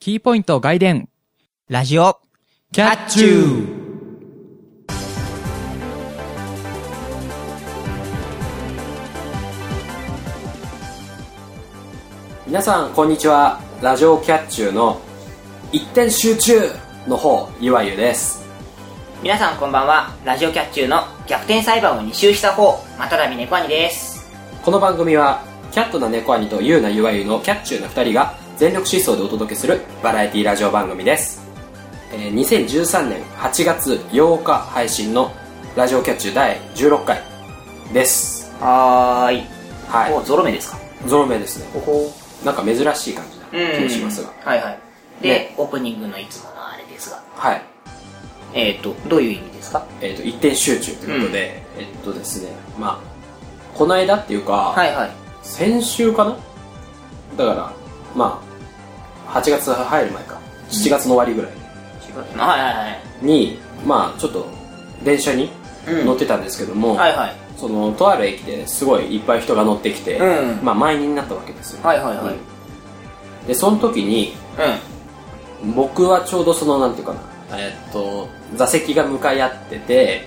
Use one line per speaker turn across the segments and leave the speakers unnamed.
キーポイント外伝。
ラジオ、
キ
ャッチュ
ー
皆さんこんにちはラジオキャッチューの一点集中の方いわゆです
皆さんこんばんは。ラジオキャッチューの逆転裁判を2周した方、まただみねこあにです。
この番組はキャットな猫兄とユーナゆわゆのキャッチューな2人が全力疾走でお届けするバラエティラジオ番組です、えー2013年8月8日配信のラジオキャッチュー第16回です
はーい。
は
お、ゾロ目ですか
いゾロ目ですね
おほ
なんか珍しい感じな気もしますが
はいはい。で、
ね
オープニングのいつものあれですが。
はい
えっ、ー、と、どういう意味ですか
えーと一点集中ということで、えっとですねまあこの間っていうか、
はいはい。
先週かなだからまあ8月入る前か7月の終わりぐらい
はいはいはい。
に、まあちょっと電車に
うん
乗ってたんですけども、
はいはい。
そのとある駅ですごいいっぱい人が乗ってきて、
うん
まあ満員になったわけですよ
はいはいはい
うんでその時に
う
僕はちょうどそのなんていうかなえっと座席が向かい合ってて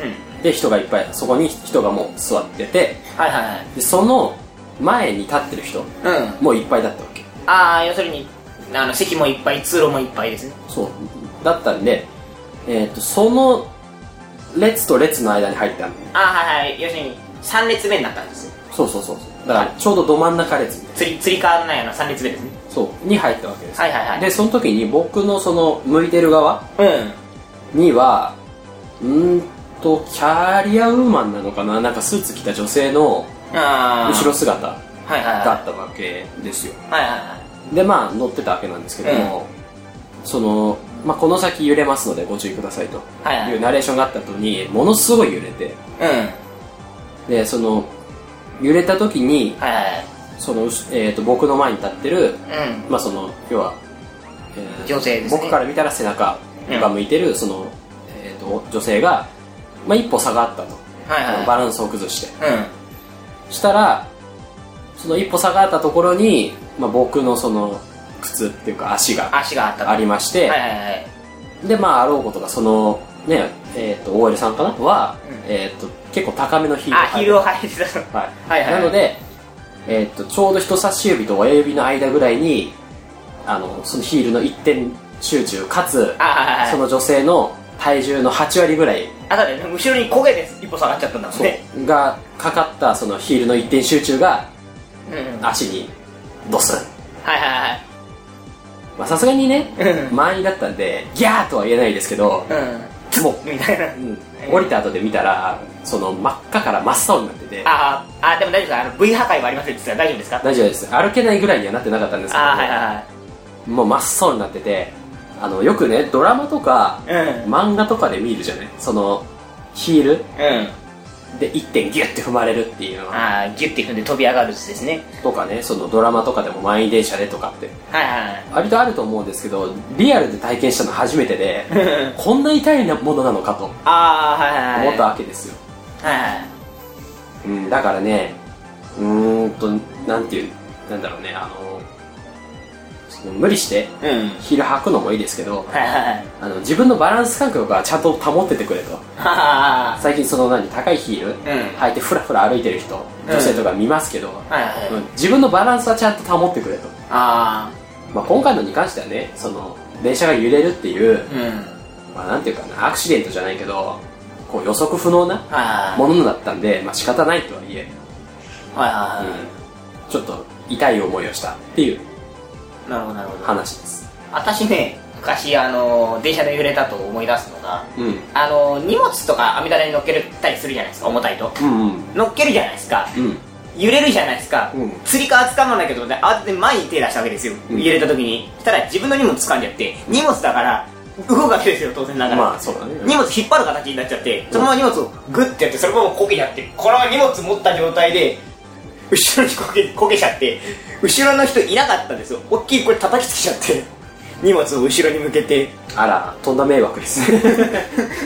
ん。うん。
で人がいっぱいそこに人がもう座ってて
はいはいはい。
でその前に立ってる人
うん。
もういっぱいだったわけ
ああ、要するに、あの、席もいっぱい、通路もいっぱいですね。
そうだったんで、えー、とその列と列の間に入ったんで
ああ、はいはい。要するに、3列目になったんですよ。
そうそうそうそうだからちょうどど真ん中列みたい
釣り、釣り革のないあの3列目ですね。
なそうに入ったわけです、
はいはいはい。
でその時に僕のその向いてる側
うん。
にはうーんとキャリアウーマンなのかななんかスーツ着た女性の
ああ。
後ろ。姿だ
はいはいは
っ
い。
たわけですよ
はいはいはい。
でまあ乗ってたわけなんですけども、その、まあ、この先揺れますのでご注意くださいと
はいはい
いうナレーションがあった後にものすごい揺れて
うん。はい
でその揺れた時に
はいはい。
その、うしえー、と僕の前に立ってる、
うん。
まあ、その要は、えー
女性ですね
僕から見たら背中が向いてる、その、えー、と女性が、まあ、一歩下がったと、
はいはい
バランスを崩して
うん。
したらその一歩下がったところに、まあ、僕のその靴っていうか足が
足があったと
ありまして、
はいはいはい。
でまああろうことがそのねえー、と OL さんかなは、
うん
えー、と結構高めのヒールを
あ、
履いて
ヒールを履いてた。
はい、
はいはい
なので、えーっとちょうど人差し指と親指の間ぐらいにあのそのヒールの一点集中かつ
あはいはいはい。
その女性の体重の8割ぐらい
あとでね、後ろに焦げて一歩下がっちゃったんだもんね。
がかかったそのヒールの一点集中が
うん。はい
足にドスン
はいはい。
まあさすがにね
うん
満員だったんでギャーとは言えないですけど
う
もう、
ん。みたいな。
うん降りた後で見たらその真っ赤から真っ青になってて
あーあー、でも大丈夫ですかあの ?V 破壊はありませんって言ってたら大丈夫ですか
大丈夫です歩けないぐらいにはなってなかったんですけど
あーはいはいはい。
もう真っ青になっててあのよくねドラマとか
うん。
漫画とかで見るじゃないそのヒール
うん。
で1点ギュッて踏まれるっていうの
ああ、ギュッて踏んで飛び上がるやつですね。
とかねそのドラマとかでも満員電車でとかって
はいはいはい。
割とあると思うんですけどリアルで体験したの初めてでこんな痛いなものなのかと思
ああ、はいはいはい。
ったわけですよ、
はいはい。
うん、だからねうーんとなんていうなんだろうねあのその無理して
うん。
ヒール履くのもいいですけ
は
ど
いはいはい。
あの自分のバランス感覚はちゃんと保っててくれと
はは
最近その何高いヒール
うん
履いてふらふら歩いてる人女性とか見ますけど、
はいはい。
うん自分のバランスはちゃんと保ってくれと、
あ
まあ、今回のに関してはねその電車が揺れるってい
あ、、
う
うん。はい
まあ、なんていうかなアクシデントじゃないけどこう予測不能な
はい
ものだったんで、まあ、仕方ないとはいえ、
はいは
う
い
ん
は
ちょっと痛い思いをしたっていう
い。なるほどなるほど。
話です
私ね、昔、あの、電車で揺れたと思い出すのが、
うん
あの、荷物とか網棚に乗っけたりするじゃないですか、重たいと。
うんうん
乗っけるじゃないですか。
うん
揺れるじゃないですか。
うん
釣り革掴まなきゃと思って、慌てて前に手出したわけですよ。
うん
揺れた時に。そしたら自分の荷物掴んじゃって、荷物だから、動くわけですよ、当然ながら。
まあそうだね
荷物引っ張る形になっちゃってそのまま荷物をグッてやってそのままこけちゃってこのまま荷物持った状態で後ろにこけこけちゃって後ろの人いなかったんですよおっきいこれ叩きつけちゃって荷物を後ろに向けて
あらとんだ迷惑です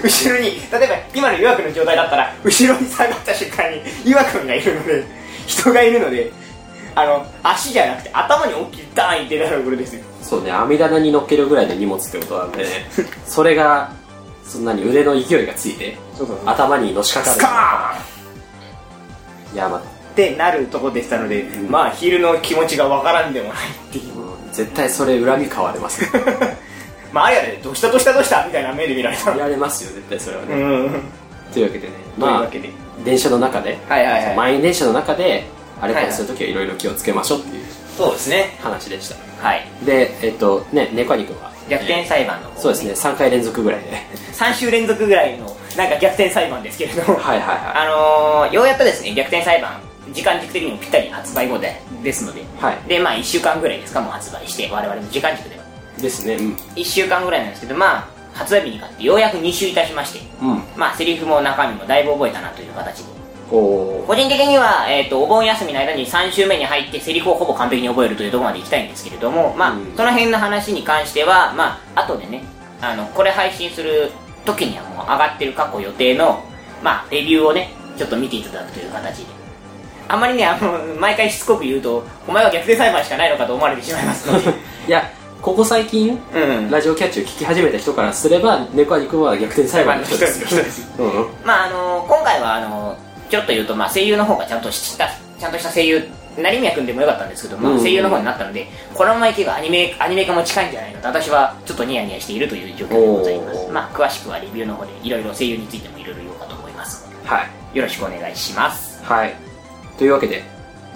後ろに例えば今の岩君の状態だったら後ろに下がった瞬間に岩君がいるので人がいるのであの足じゃなくて頭に大きいダーンってなるこれですよ
そうね網棚に乗っけるぐらいの荷物ってこ となんでねそれがそんなに腕の勢いがついて
そうそうそう
頭にのしかかる
スカーン
いやまあ
ってなるとこでしたので、まあ昼の気持ちがわからんでもないっていう
うん絶対それ恨み買われます
まああれやでどうしたどうしたどうしたみたいな目で見られた
やれますよ絶対それは
う
ね、
んうん
というわけでね
という
ま
わ
あ
けで、
電車の中で
はいはいはい、
満員電車の中であれこれするときはいろいろ気をつけましょうっていう
そうですね
話でした、
はい
でえっとね猫兄君は
逆転裁判の方、
そうですね3回連続ぐらい で
3週連続ぐらいのなんか逆転裁判ですけれども
はいはいは
あのー、ようやっとですね逆転裁判時間軸的にもぴったり発売後でですので
いは
でまあ1週間ぐらいですかもう発売して我々の時間軸ではい
ですねうん
1週間ぐらいなんですけどまあ発売日に買ってようやく2週いたしまして
うん
まあセリフも中身もだいぶ覚えたなという形で
こ
個人的には、えっとお盆休みの間に3週目に入ってセリフをほぼ完璧に覚えるというところまで行きたいんですけれども、まあ
うん
その辺の話に関しては、まあ後でねあのこれ配信する時にはもう上がってる過去予定の、まあ、レビューをねちょっと見ていただくという形であんまりねあの毎回しつこく言うとお前は逆転裁判しかないのかと思われてしまいますので
う いやここ最近
うん
ラジオキャッチを聞き始めた人からすれば猫兄君は逆転裁判の人ですよ
人です
うん
まああの今回はあのちょっと言うと、まあ、声優の方がちゃんとしたちゃんとした声優成宮君でもよかったんですけど、ま
う
あ、
ん
声優の方になったので、このままいけばアニメアニメ化も近いんじゃないかと私はちょっとニヤニヤしているという状況でございま
お
す、
ー
まあ、詳しくはレビューの方でいろいろ声優についてもいろいろ言おうかと思いますの
はい
でよろしくお願いします
はいというわけで、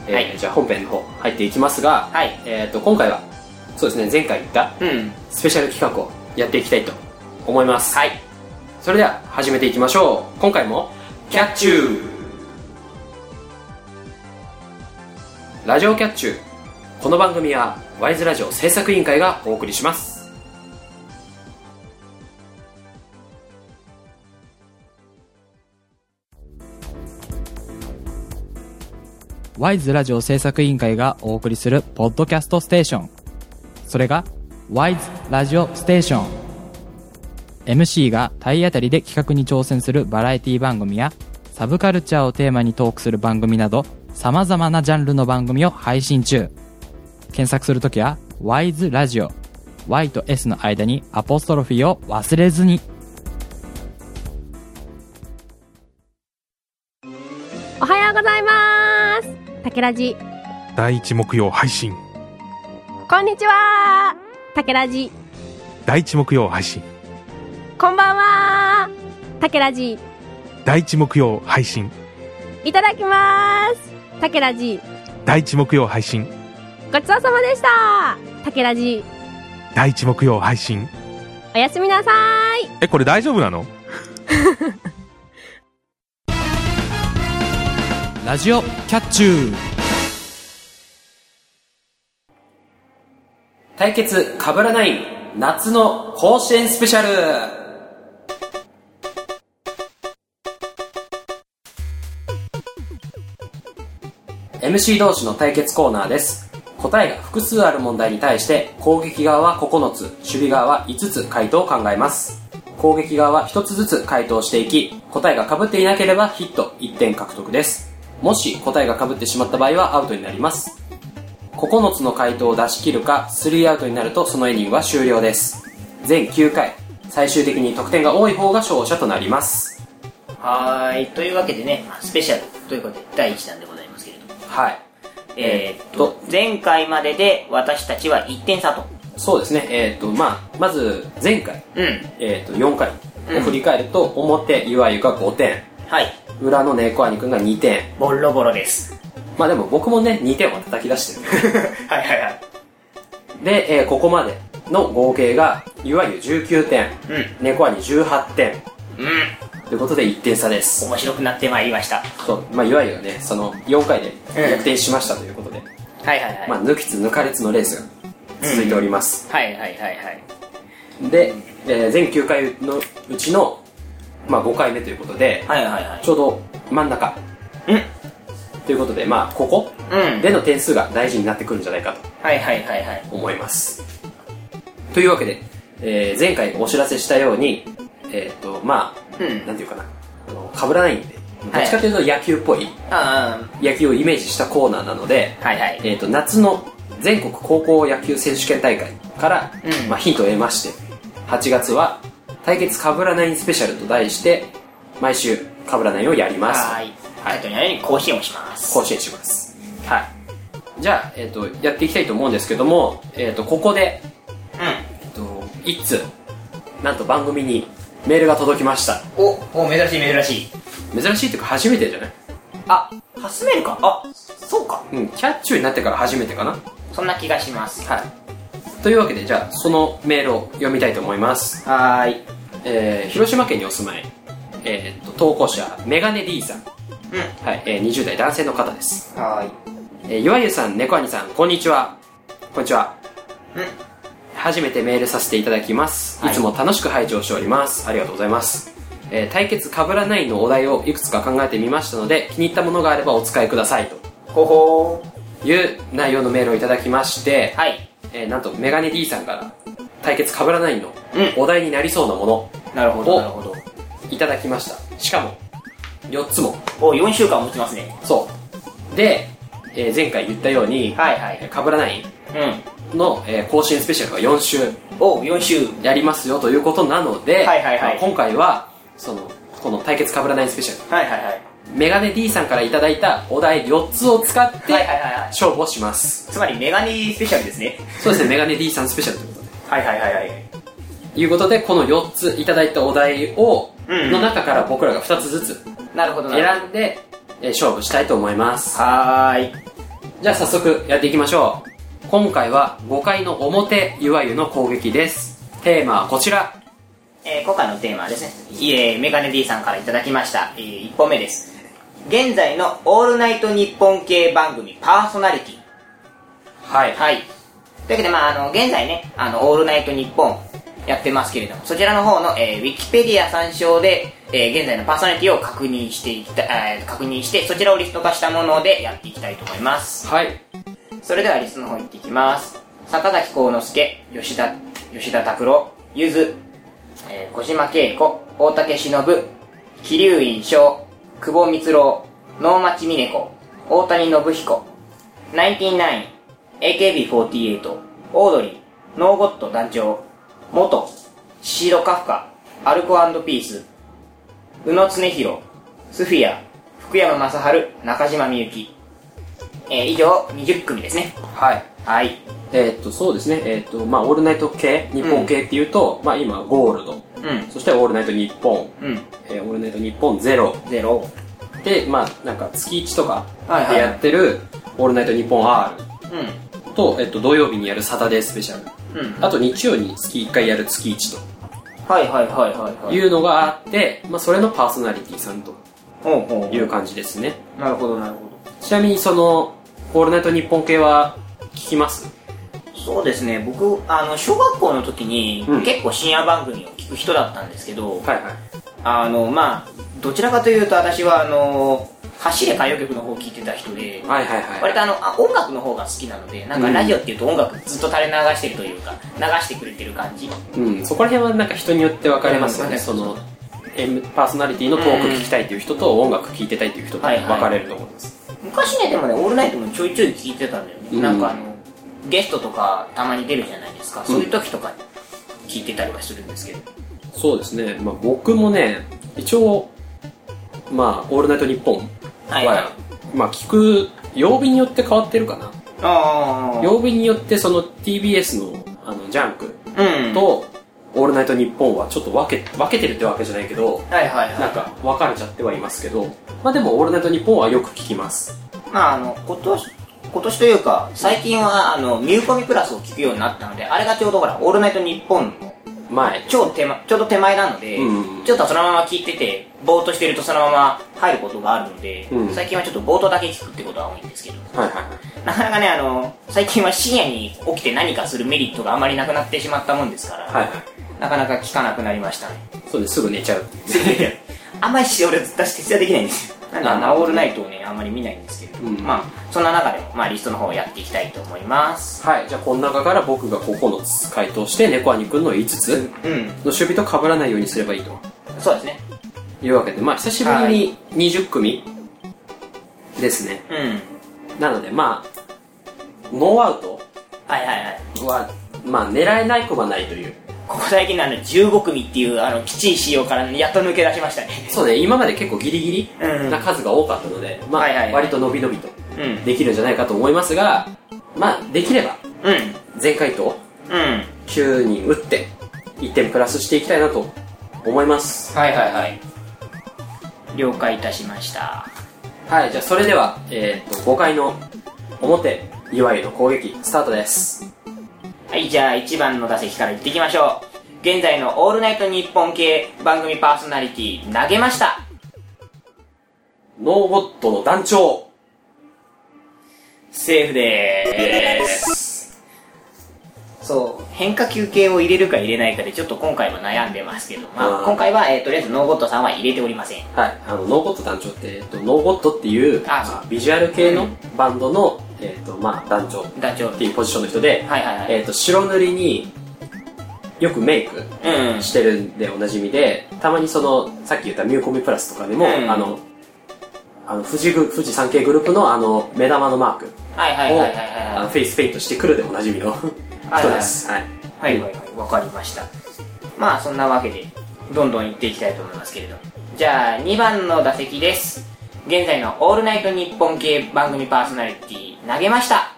えー
はい
じゃあ本編の方入っていきますが、
はい
えー、と今回はそうですね前回言った
うん
スペシャル企画をやっていきたいと思います、
はい
それでは始めていきましょう今回もキャッチューラジオキャッチューこの番組はワイズラジオ制作委員会がお送りします
ワイズラジオ制作委員会がお送りするポッドキャストステーション。それが、ワイズラジオステーション。MC が体当たりで企画に挑戦するバラエティ番組や、サブカルチャーをテーマにトークする番組など、様々なジャンルの番組を配信中。検索するときは、ワイズラジオ。Y と S の間にアポストロフィーを忘れずに。
おはようございます。竹ラジ。
第一木曜配信
こんにちは。竹ラジ。
第一木曜配信
こんばんは。竹ラジ。
第一木曜配信
いただきます。竹ラジ。
第一木曜配信
ごちそうさまでした。竹ラジ。
第一木曜配信
おやすみなさい。
えこれ大丈夫なの
ラジオキャッチュー
対決かぶらない夏の甲子園スペシャルMC 同士の対決コーナーです答えが複数ある問題に対して攻撃側は9つ守備側は5つ回答を考えます攻撃側は1つずつ回答していき答えが被っていなければヒット1点獲得ですもし答えが被ってしまった場合はアウトになります9つの回答を出し切るか3アウトになるとそのイニングは終了です全9回最終的に得点が多い方が勝者となります
はーいというわけでね、まあスペシャルということで第1弾でございますけれども
はい
えーっと前回までで私たちは1点差と
そうですねえっ、とまあまず前回、
うん
えー、と4回を振り返ると、表いわゆが5点
はい
裏の猫兄くんが2点
ボロボロです
まあでも僕もね2点は叩き出し てる
はいはいはい
で、えーここまでの合計がいわゆ19点
う
猫兄18点
んうん
ということで1点差です
面白くなってまいりましたは
そう、まあ、いわゆるね、その4回で
ええ
逆転しましたということで、
いはいは
まあ、抜きつ抜かれつのレースが続いております。
はいはいはいはい
で、えー全9回のうちの、まあ、5回目ということで、
はいはいは
ちょうど真ん中
うん
ということで、まあ、ここ
うん
での点数が大事になってくるんじゃないか
はいはいはいはい
と思います。というわけで、えー前回お知らせしたように、えっ、と、まあ、
うん
なんていうかな、あの被らないんで、どっちかというと野球っぽい
あ
野球をイメージしたコーナーなので、
あはいはい
えー、と夏の全国高校野球選手権大会から、
うん
まあ、ヒントを得まして8月は「対決かぶらないスペシャル」と題して毎週かぶらないをやります
はいはいとにかく更新をします
更新しますはいじゃあ、えー、とやっていきたいと思うんですけども、えー、とここで、
う
えー、と一通なんと番組にメールが届きました
んおお珍しい珍しい
珍しいというか初めてじゃない
あ初めるかあそうか
うんキャッチューになってから初めてかな
そんな気がします
はい。というわけで、じゃあ、そのメールを読みたいと思います。
はーい
えー、広島県にお住まい、えー、と、投稿者、メガネ D さん。
う
はい、えー、20代男性の方です。
んはーい
えー、ゆわゆさん、猫兄さん、こんにちは。こんにちは。
うん
初めてメールさせていただきます。い
はい
つも楽しく拝聴しております。ありがとうございます。えー、対決かぶらないのお題をいくつか考えてみましたので、気に入ったものがあればお使いください。
ほほ
という内容のメールをいただきまして、
ーはい
えーなんとメガネ D さんから対決かぶらないの
うん
お題になりそうなもの
なるほ
お
どなるほど
いただきましたしかも4つも
お4週間持ちますね
そうで、えー前回言ったように
はいは
えーかぶらない
うん
の、えー更新スペシャルが4週
お4週
やりますよということなので、
はいはいはい
まあ今回はそのこの対決かぶらないスペシャル
はいはいはい
メガネ D さんからいただいたお題4つを使って
はいはいはいはい
勝負をします、
つまりメガネスペシャルですね
そうですねメガネ D さんスペシャルということで
はいはいはいはい
いうことでこの4ついただいたお題を、
うん
の中から僕らが2つずつ
なるほどなるほ
選んで、えー勝負したいと思います
どはーい
じゃあ早速やっていきましょう今回は5回の表いわゆの攻撃ですテーマはこちら
えー今回のテーマはですね、いえーメガネ D さんからいただきました、え1本目です。現在のオールナイト日本系番組パーソナリティ。
はい
はい。というわけで、まああの、現在ね、あの、オールナイト日本やってますけれども、そちらの方の、えー、ウィキペディア参照で、えー現在のパーソナリティを確認していきた、えー確認して、そちらをリスト化したものでやっていきたいと思います。
はい
それではリストの方行っていきます。坂崎幸之助、吉田、吉田拓郎、ゆず、えー小島慶子、大竹忍、桐生印象、久保光郎、能町美子、大谷信彦、ナインティナイン、AKB48、オードリー、ノーゴット団長、元、シードカフカ、アルコピース、宇野恒弘、スフィア、福山雅治、中島みゆき、えー以上20組ですね
はい
はい
えーっとそうですねえーっとまあオールナイト系日本系っていうと、まあ今ゴールド
うん
そしてオールナイト日本、
うん
えーオールナイト日本ゼロ
ゼロ
でまあなんか月1とか
はいはい
でやってるオールナイト日本 R
う
と、えっと、土曜日にやるサタデースペシャル
んうん
あと日曜に月1回やる月1
はいはいはいはい
と
はい
いうのがあって、まあ、それのパーソナリティさんと
ほうほ
いう感じですね
なるほどなるほど
ちなみにその「オールナイトニッポン」系は聞きます
そうですね僕あの小学校の時に、
うん
結構深夜番組を聞く人だったんですけど、
はいはい
あのまあどちらかというと私はあの走れ歌謡曲の方を聞いてた人で、
はいはいはい
割とあのあ音楽の方が好きなのでなんかラジオっていうと音楽ずっと垂れ流してるというか流してくれてる感じ
うん、そこら辺はなんか人によって分かれますよね、
うん
その M パーソナリティのトーク聞きたいという人と音楽聞いてたいという人と
はいはい
分かれると思います、
昔ねでもね「オールナイト」もちょいちょい聞いてたんだよね、
うん
なんかあのゲストとかたまに出るじゃないですかそういう時とかに聞いてたりはするんですけど、
そうですね、まあ、僕もね一応まあ「オールナイトニッポン」
はいはい
まあ聞く曜日によって変わってるかな
あ
曜日によってその TBS のあのジャンク
うん
と「オールナイトニッポン」はちょっと分け分けてるってわけじゃないけど
はいはい
なん
は
か分かれちゃってはいますけどまあでも「オールナイトニッポン」はよく聞きます
いまああの今年今年というか最近はあのミューコミプラスを聞くようになったのであれがちょうどほら「オールナイトニッポン」の
前
超手間ちょうど手前なので、
うん
ちょっとそのまま聞いててぼーっとしてるとそのまま入ることがあるので、
うん
最近はちょっと冒頭だけ聞くってことは多いんですけど
はいはいはい
なかなかね、あの、最近は深夜に起きて何かするメリットがあまりなくなってしまったもんですから、
はいはい
なかなか聞かなくなりましたね。
そうですすぐ寝ちゃうっていう
あんまりし俺、私徹夜できないんですよ。なんで、あ
なる
の、
ほど
オールナイトをね、あんまり見ないんですけど、
うん
まあ、そんな中でも、まあ、リストの方をやっていきたいと思います。
はいじゃあこの中から僕が9つ回答して猫兄くんの5つ
うん、
の守備と被らないようにすればいいと
そうですね。
いうわけで、まあ、久しぶりに20組ですね。
うん
なので、まあ、ノーアウト
はいはいはい
は、まあ、狙えない子はないという。
ここ最近のあの15組っていうあのきっちり仕様からやっと抜け出しましたね
そうね、今まで結構ギリギリ
うん
な数が多かったので、まあ、
はいはいはい
割と伸び伸びと
うん
できるんじゃないかと思いますが、まあ、できれば、
うん
前回と
うん
9人打って、1点プラスしていきたいなと思います。
はいはいはい了解いたしました
はい、じゃあそれでは、えー、と5回の表、いわゆる攻撃、スタートです。
はい、じゃあ1番の打席から行ってきましょう。現在のオールナイト日本系番組パーソナリティ、投げました。
ノーゴッドの団長。
セーフでーす。そう、変化球系を入れるか入れないかでちょっと今回は悩んでますけど、ま
う
あ
ん
今回は、えーとりあえずノーゴットさんは入れておりません。
はい、あの、ノーゴッド団長って、えー、とノーゴッドっていう、
あ
まあビジュアル系
う
の
ん
バンドの、えーとまあ、団長っ
団長。
ていうポジションの人で、
はいはいはい。
えー、と白塗りによくメイク
うん。
してるんでおなじみで、たまにその、さっき言ったミューコミプラスとかでも、
うん
あの、あの富士グ、富士山系グループのあの、目玉のマーク。
はいはいはいはいはい
あのフェイスペイントしてくるでおなじみの人です。はい。
はいはいはい、わかりました。まあそんなわけで、どんどん行っていきたいと思いますけれど。じゃあ2番の打席です。現在のオールナイト日本系番組パーソナリティ、投げました。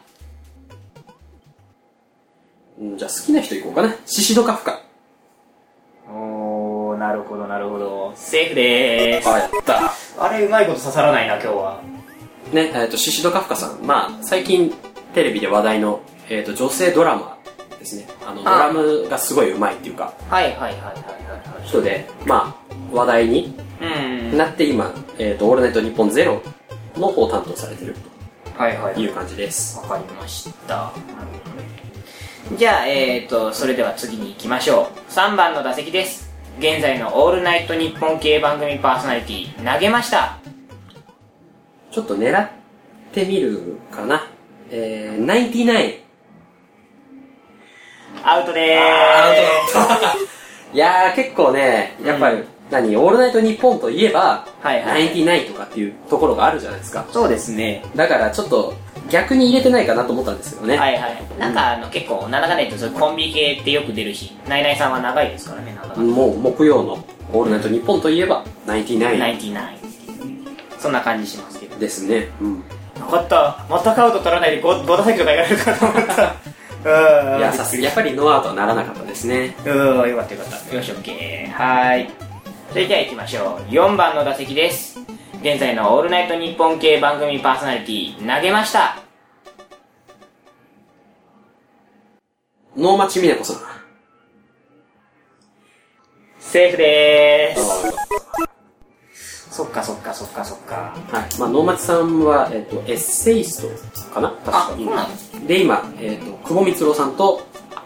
うんじゃあ好きな人いこうかな。シシドカフカ。
おー、なるほどなるほど。セーフでーす。
あ、やった。
あれうまいこと刺さらないな、今日は。
ね、えっ、と、シシドカフカさん。まあ、最近テレビで話題の、えっ、と、女性ドラマーですね。あの、ドラムがすごい上手いっていうか、
はいはいはいはいはい
人で、まあ、話題に
はい。うん。
なって今、えっ、と、オールナイトニッポンゼロの方を担当されてる
はいはい
という感じです。
わかりました。じゃあ、えーと、それでは次に行きましょう。3番の打席です。現在のオールナイト日本系番組パーソナリティ、投げました。
ちょっと狙ってみるかな。えー、ナインティナイン。
アウトでーす。
いやー結構ね、やっぱり、
うん
何、オールナイトニッポンといえば、
はいはい
99とかっていうところがあるじゃないですか。
そうですね。
だからちょっと、逆に入れてないかなと思ったんですよね。
はいはい。なんか、あの、結構、なんだかんだ言ってそういうコンビ系ってよく出るし、ナイナイさんは長いですからね、なんだかんだ。
もう、木曜のオールナイトニッポンといえば、
ナ
99
インティナイン。そんな感じしますけど。
ですね。うん。
よかった。またカウト取らないで 5, 打席とかやられるかと思 った。う
いや、さすが、やっぱりノーアウトはならなかったですね。
うーん、よかったよかった。よし、オッケー。はーい。それじゃあ行きましょう。4番の打席です。現在のオールナイト日本系番組パーソナリティ、投げました。
能町美奈子さん。
セーフでーす。そっかそっかそっかそっか。
はい。まあ、能町さんは、えっ、と、エッセイストかな確
あ
か、
そう
に。
なの
で、今、えっ、と、久保光郎さんと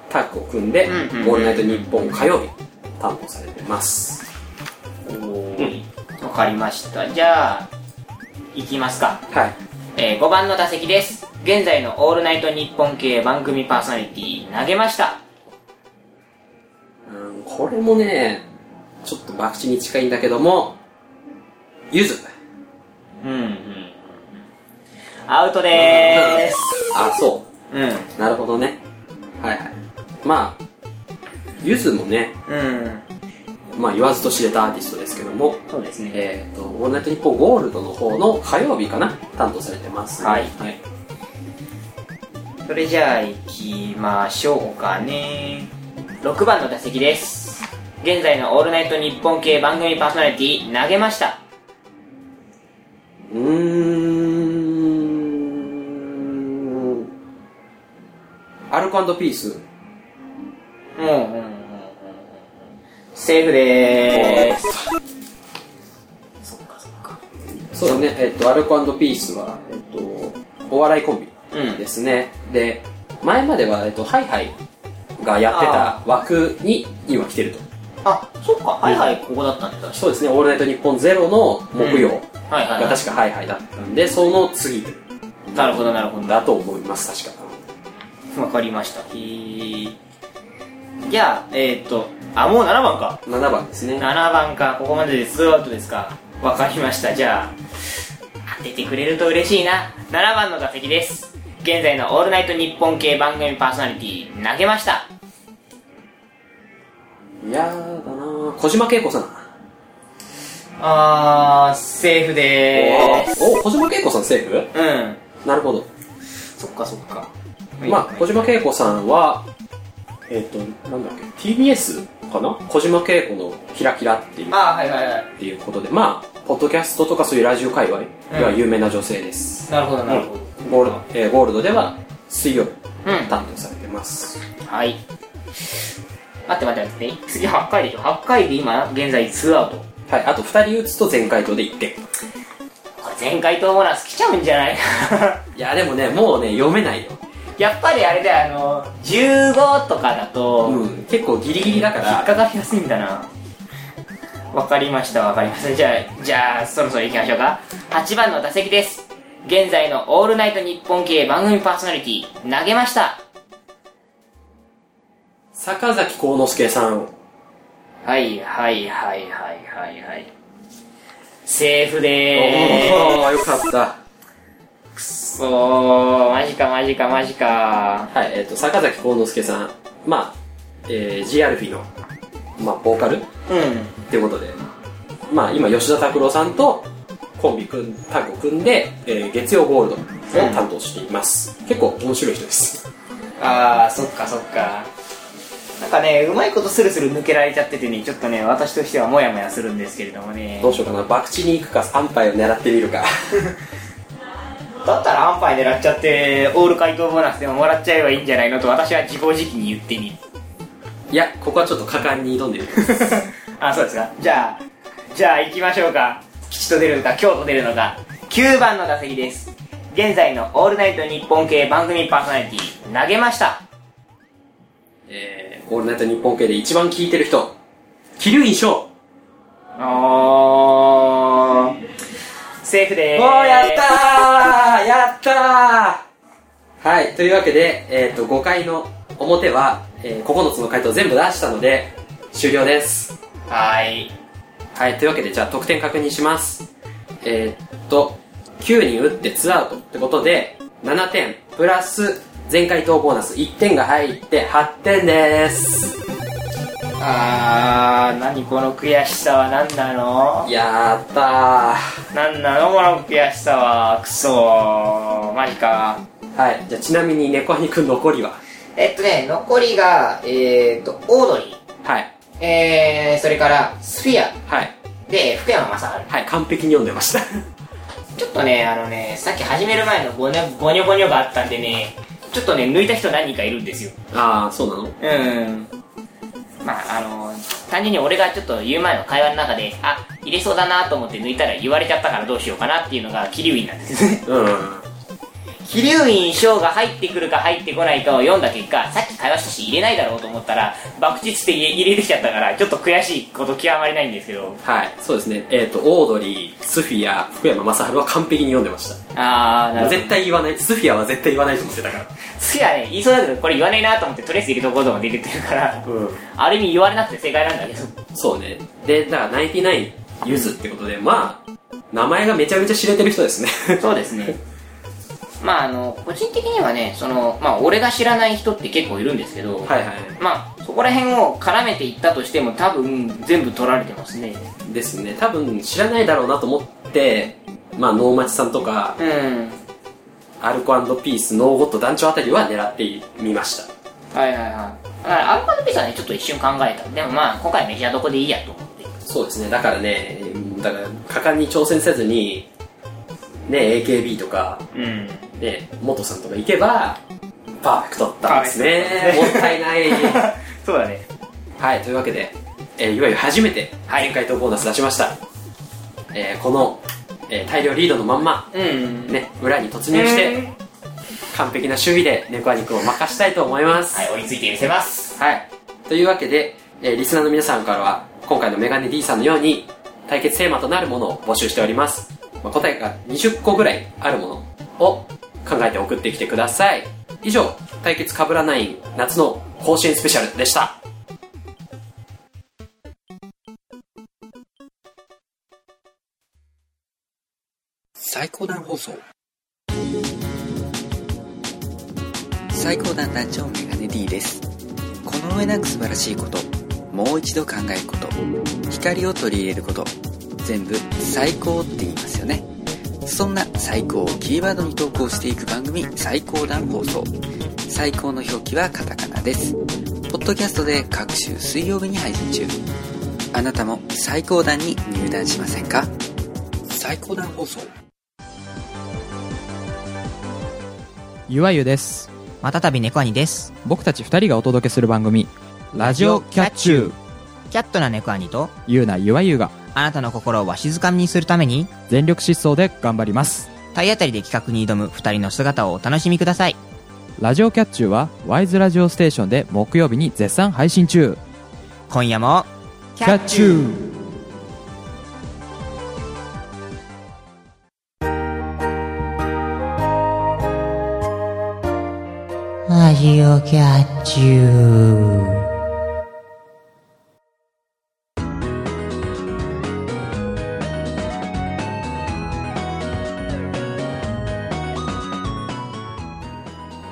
タッグを組んで、
うんうんうん
オールナイトニッポン火曜日、担当されてます。
おーい。わかりました。じゃあ、行きますか。
はい。
えー、5番の打席です。現在のオールナイト日本系番組パーソナリティ、投げました。
うん、これもね、ちょっと博打に近いんだけども、ゆず。
うん、うん。アウトでーす。
あ、そ
うん。
う。なるほどね。はいはい。まあ、ゆずもね、
うん。
まあ言わずと知れたアーティストですけども、
そうですね。
えっ、と、オールナイトニッポンゴールドの方の火曜日かな担当されてます、
はい
はい。
それじゃあ行きましょうかね6番の打席です現在の「オールナイト日本系番組パーソナリティ投げました
うーん。アルコピース。
うんうんうんうんうんセーフでーすそっかそっか
そうだね、えっと、アルコピースは、えっと、お笑いコン
うん
ビですね。で、前までは、えっと、ハイハイがやって
あ
た枠に今来てると。
あそっかはいはいここだったんだ
そうですね、オールナイトニッポンゼロの木曜
はいはい
が
は
確かハイハイだったんで、その次
いなるほどなるほ
だと思います、確か。
どわかりましたへーじゃあえっ、ー、とあもう7番か
7番ですね
7番かここまででツーアウトですかわかりましたじゃあ当ててくれると嬉しいな7番の打席です現在の「オールナイトニッポン」系番組パーソナリティ投げました
いやーだなー小島慶子さん
あーセーフでーす
おーお小島慶子さんセーフ
うん
なるほど
そっかそっか
まあ小島慶子さんはえっ、となんだっけ TBS かな小島慶子の「キラキラ」っていう
あーはいはいはい
っていうことでまあポッドキャストとかそういうラジオ界隈では有名な女性です、
なるほどなるほど
ゴールえーゴールドでは水曜日
うん
担当されてます、
はい待って待って待って次8回でしょ8回で今現在ツーアウト
はいあと2人打つと全回答で1点
これ前回と思うな好きちゃうんじゃない
いやでもねもうね読めないよ、
やっぱりあれだよあの15とかだと、
うん、結構ギリギリだか
引っ
ら
かかりやすいんだなわかりましたわかりましたじゃあじゃあそろそろ行きましょうか8番の打席です現在の「オールナイトニッポン」系番組パーソナリティ投げました
坂崎幸之助さん
はいはいはいはいはいはいセーフ
お
でー
ーよかった
すそうマジかマジかマジか
はい、えっ、と、坂崎幸之助さん、まあ、えー、GRP の、まあ、ボーカルっ
うん
ていうことで、まあ、今、吉田拓郎さんとコンビ組ん、タッグを組んで、えー月曜ゴールドを担当しています。結構面白い人です。
ああそっかそっかなんかねうまいことスルスル抜けられちゃっててねちょっとね私としてはモヤモヤするんですけれどもね
どうしようかな、博打に行くか、安牌を狙ってみるか。
だったら安牌狙っちゃってオール回答ボーナスでももらっちゃえばいいんじゃないのと私は自暴自棄に言ってみる
いや、ここはちょっと果敢に挑んでみる。
あそうですかじゃあじゃあ行きましょうか吉と出るのか京と出るのか9番の打席です現在の「オールナイトニッポン」系番組パーソナリティ投げました
えー、オールナイト日本系で一番聴いてる人、桐生印象
おーセーフでーす
たーやったーはい、というわけで、えっ、と、5回の表は、えー、9つの回答全部出したので、終了です。
はーい
はい、というわけで、じゃあ得点確認します。えーっと、9人打って2アウトってことで、7点、プラス、前回答ボーナス1点が入って8点です。
あー何この悔しさは何なの
やった
何なのこの悔しさはクソーマジか
ー。はい、じゃあちなみに猫兄くん残りは
えっとね、残りが、えー、っと、オードリ
はい、
ー、えー、それから、スフィア、
はい、
で、福山雅
はい、完璧に読んでました。
治。ちょっとね、あのね、さっき始める前のボニョボニョボニョがあったんでね、ちょっとね、抜いた人何人かいるんですよ。
あー、そうなの
うん。まあ、あの、単純に俺がちょっと言う前の会話の中で、あ、入れそうだなと思って抜いたら言われちゃったからどうしようかなっていうのが、キリュウインなんですね。
うん。
キリュウイン賞が入ってくるか入ってこないかを読んだ結果、さっき会話したし入れないだろうと思ったら、爆打して入れてきちゃったから、ちょっと悔しいこと極まりないんですけど。
はい、そうですね。えっ、と、オードリー、スフィア、福山雅治は完璧に読んでまし
あー、な
た。
るほど
絶。対言わない、スフィアは絶対言わないと思ってたから。
次はね、言いそうだけど、これ言わないなと思って、とりあえず入れとこうと思って入れてるから、
う
ある意味言われなくて正解なんだけど。
そうね。で、だから、ナインティナイン、ゆずってことで、まあ、名前がめちゃめちゃ知れてる人ですね。
そうですね。まああの、個人的にはね、その、まあ俺が知らない人って結構いるんですけど、
はいは
まあそこら辺を絡めていったとしても多分全部取られてますね。
い。ですね。多分、知らないだろうなと思って、まあ、能町さんとか、
うん。
アルコピース、ノーゴット団長あたりは狙ってみました。
はいはいはい。だから、アルファルピザね、ちょっと一瞬考えた。でもまあ、今回メジャーどこでいいやと思って。
そうですね。だからね、だから、果敢に挑戦せずに、ね、AKB とか、
うん。
ね、元さんとか行けば、パーフェクトだったんですね。
パ
も
ーフェ
っ
クト
たいない。
そうだね。
はい、というわけで、えーいわゆる初めて、前回とボーナス出しました。えーこの、えー大量リードのまんま、
うん。
ね、裏に突入して、完璧な守備で、猫アニくんを任したいと思います。
はい、追いついてみせます。
はい。というわけで、えーリスナーの皆さんからは、今回のメガネ D さんのように、対決テーマとなるものを募集しております。まあ、答えが20個ぐらいあるものを考えて送ってきてください。以上、対決かぶらない夏の甲子園スペシャルでした。
最高段放送最高段団長メガネ D ですこの上なく素晴らしいこともう一度考えること光を取り入れること全部最高って言いますよねそんな最高をキーワードに投稿していく番組最高段放送最高の表記はカタカナですポッドキャストで各週水曜日に配信中あなたも最高段に入団しませんか最高段放送
ゆわゆです
またたび猫兄です。
僕たち二人がお届けする番組「ラジオキャッチュー
キャットな猫兄と、」
ゆうなゆわゆが
あなたの心をわしづかみにするために、
全力疾走で頑張ります
体当たりで企画に挑む二人の姿をお楽しみください。
ラジオキャッチューはワイズラジオステーションで木曜日に絶賛配信中
今夜も、
キャッチュー
ラジオキャッチュー。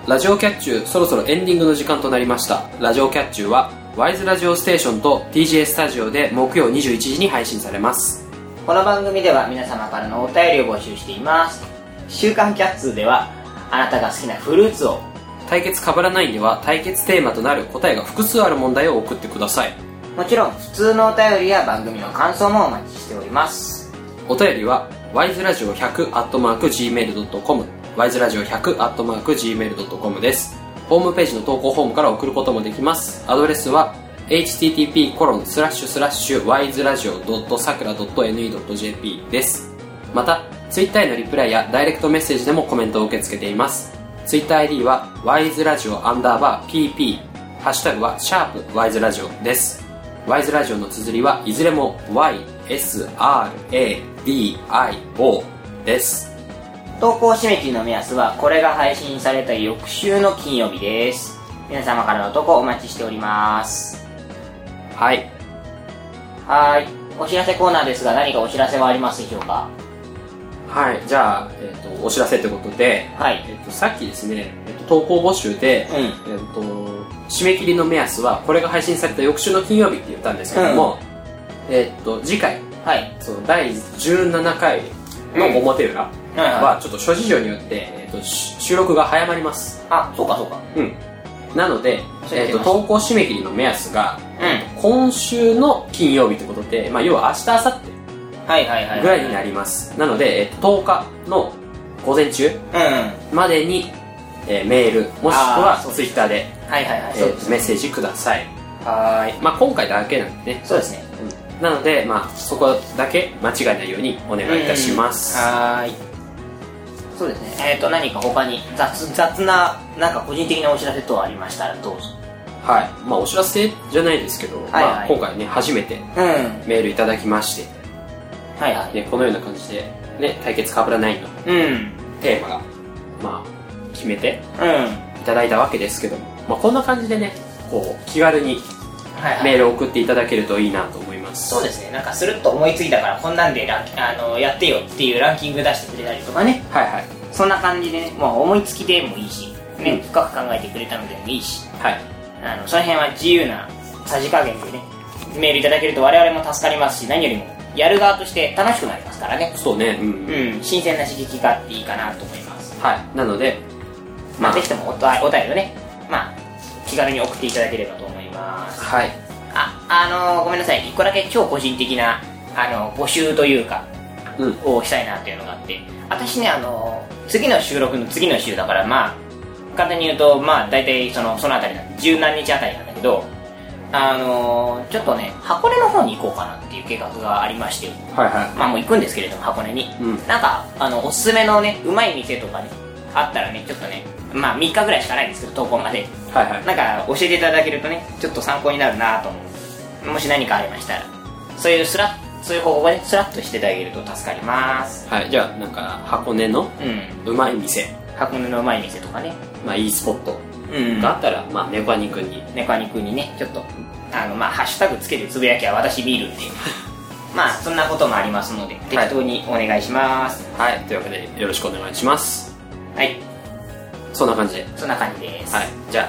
ラジオキャッチューそろそろエンディングの時間となりましたラジオキャッチューはワイズラジオステーションと TJ スタジオで木曜21時に配信されます
この番組では皆様からのお便りを募集しています週刊キャッツーではあなたが好きなフルーツを
対決かぶらないでは対決テーマとなる答えが複数ある問題を送ってください
もちろん普通のお便りや番組の感想もお待ちしております
お便りは wiseradio100.gmail.com wiseradio100.gmail.com ですホームページの投稿フォームから送ることもできますアドレスは http://wiseradio.sakura.ne.jp ですまた Twitter へのリプライやダイレクトメッセージでもコメントを受け付けています TwitterID は wiseradio_pp ハッシュタグはシャープ wiseradio ですワイズラジオの綴りはいずれも YSRADIO です。
投稿締め切りの目安はこれが配信された翌週の金曜日です皆様からの投稿お待ちしております
はい。
はーいお知らせコーナーですが何かお知らせはありますでしょうか
はい。じゃあ、えっ、と、お知らせということで、
はい
えっ、と、さっきですね、えっと投稿募集で、
うん
えっ、と、締め切りの目安は、これが配信された翌週の金曜日って言ったんですけども、えっ、と、次回、
はい
その第17回の表裏
うんはいはい
は、ちょっと諸事情によって、えっ、と、し収録が早まります。
あそうかそうか
うん。なので、えっ、と、投稿締め切りの目安が、
う
今週の金曜日ということで、まあ、要は明日明後
んはいはいはい
日ぐらいになります、なので、えっと、10日の午前中
うんうんは
までに、えーメールもしく
あー
は
そう
ツイッターで
いはいはい
えー
そうです
メッ
ね
セージください、
はーい
まあ、今回だけなんでね
そうですね
なので、まあ、そこだけ間違いないようにお願いいたします、
うんはーいそうですねえっ、と何か他に雑雑ななんか個人的なお知らせ等ありましたらどうぞ
はいまあ、お知らせじゃないですけど、
はいはい
まあ、今回ね初めて
うん
メールいただきまして、
はいはい、
ね、このような感じで、ね、対決かぶらないの
うん
テーマが、まあ、決めて
うん
いただいたわけですけども、まあ、こんな感じでねこう気軽に
はいはい
メールを送っていただけるといいなと思います
そうですねなんかスルッと思いついたからこんなんでランあのやってよっていうランキング出してくれたりとかね
はいはい
そんな感じでね、まあ、思いつきでもいいし、ね、深く考えてくれたのでもいいし
はい
あのその辺は自由なさじ加減でねメールいただけると我々も助かりますし何よりもやる側として楽しくなりますからね
そうねうん、
うん新鮮な刺激があっていいかなと思います
はいなので
ま
ま
あ
あ
ぜひともおとお便りをねまあ気軽に送っていただければと思います
はい
ああのーごめんなさい一個だけ超個人的なあの募集というか
うん
をしたいなっていうのがあって私ねあの次の収録の次の週だからまあ簡単に言うとまあ大体そのそのあたりなんで十何日あたりなんだけどあのちょっとね箱根の方に行こうかなっていう計画がありまして
はいは
まあもう行くんですけれども箱根に、
うん
なんかあのおすすめのねうまい店とかねあったらねちょっとねまあ3日ぐらいしかないんですけど投稿まで
いはいはい
なんか教えていただけるとねちょっと参考になるなと思うもし何かありましたらそういうスラッそういう方法がねスラッとしていただけると助かります
はいじゃあなんか箱根の
うん
うまい店、
箱根のうまい店とかね
まあ、いいスポット
うん
があったら、まあネコアニくんに
ネコアニくんにねちょっとあのまあハッシュタグつけてつぶやきは私見るんでまあそんなこともありますので適当にお願いします
はいというわけでよろしくお願いします
はい、
そんな感じで
そんな感じです、
はいじゃあ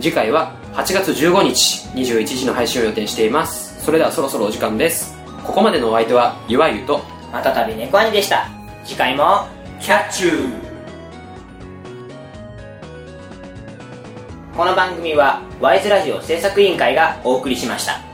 次回は8月15日21時の配信を予定していますそれではそろそろお時間ですここまでのお相手はゆわゆと
またたび猫兄でした次回もキャッチューこの番組はワイズラジオ制作委員会がお送りしました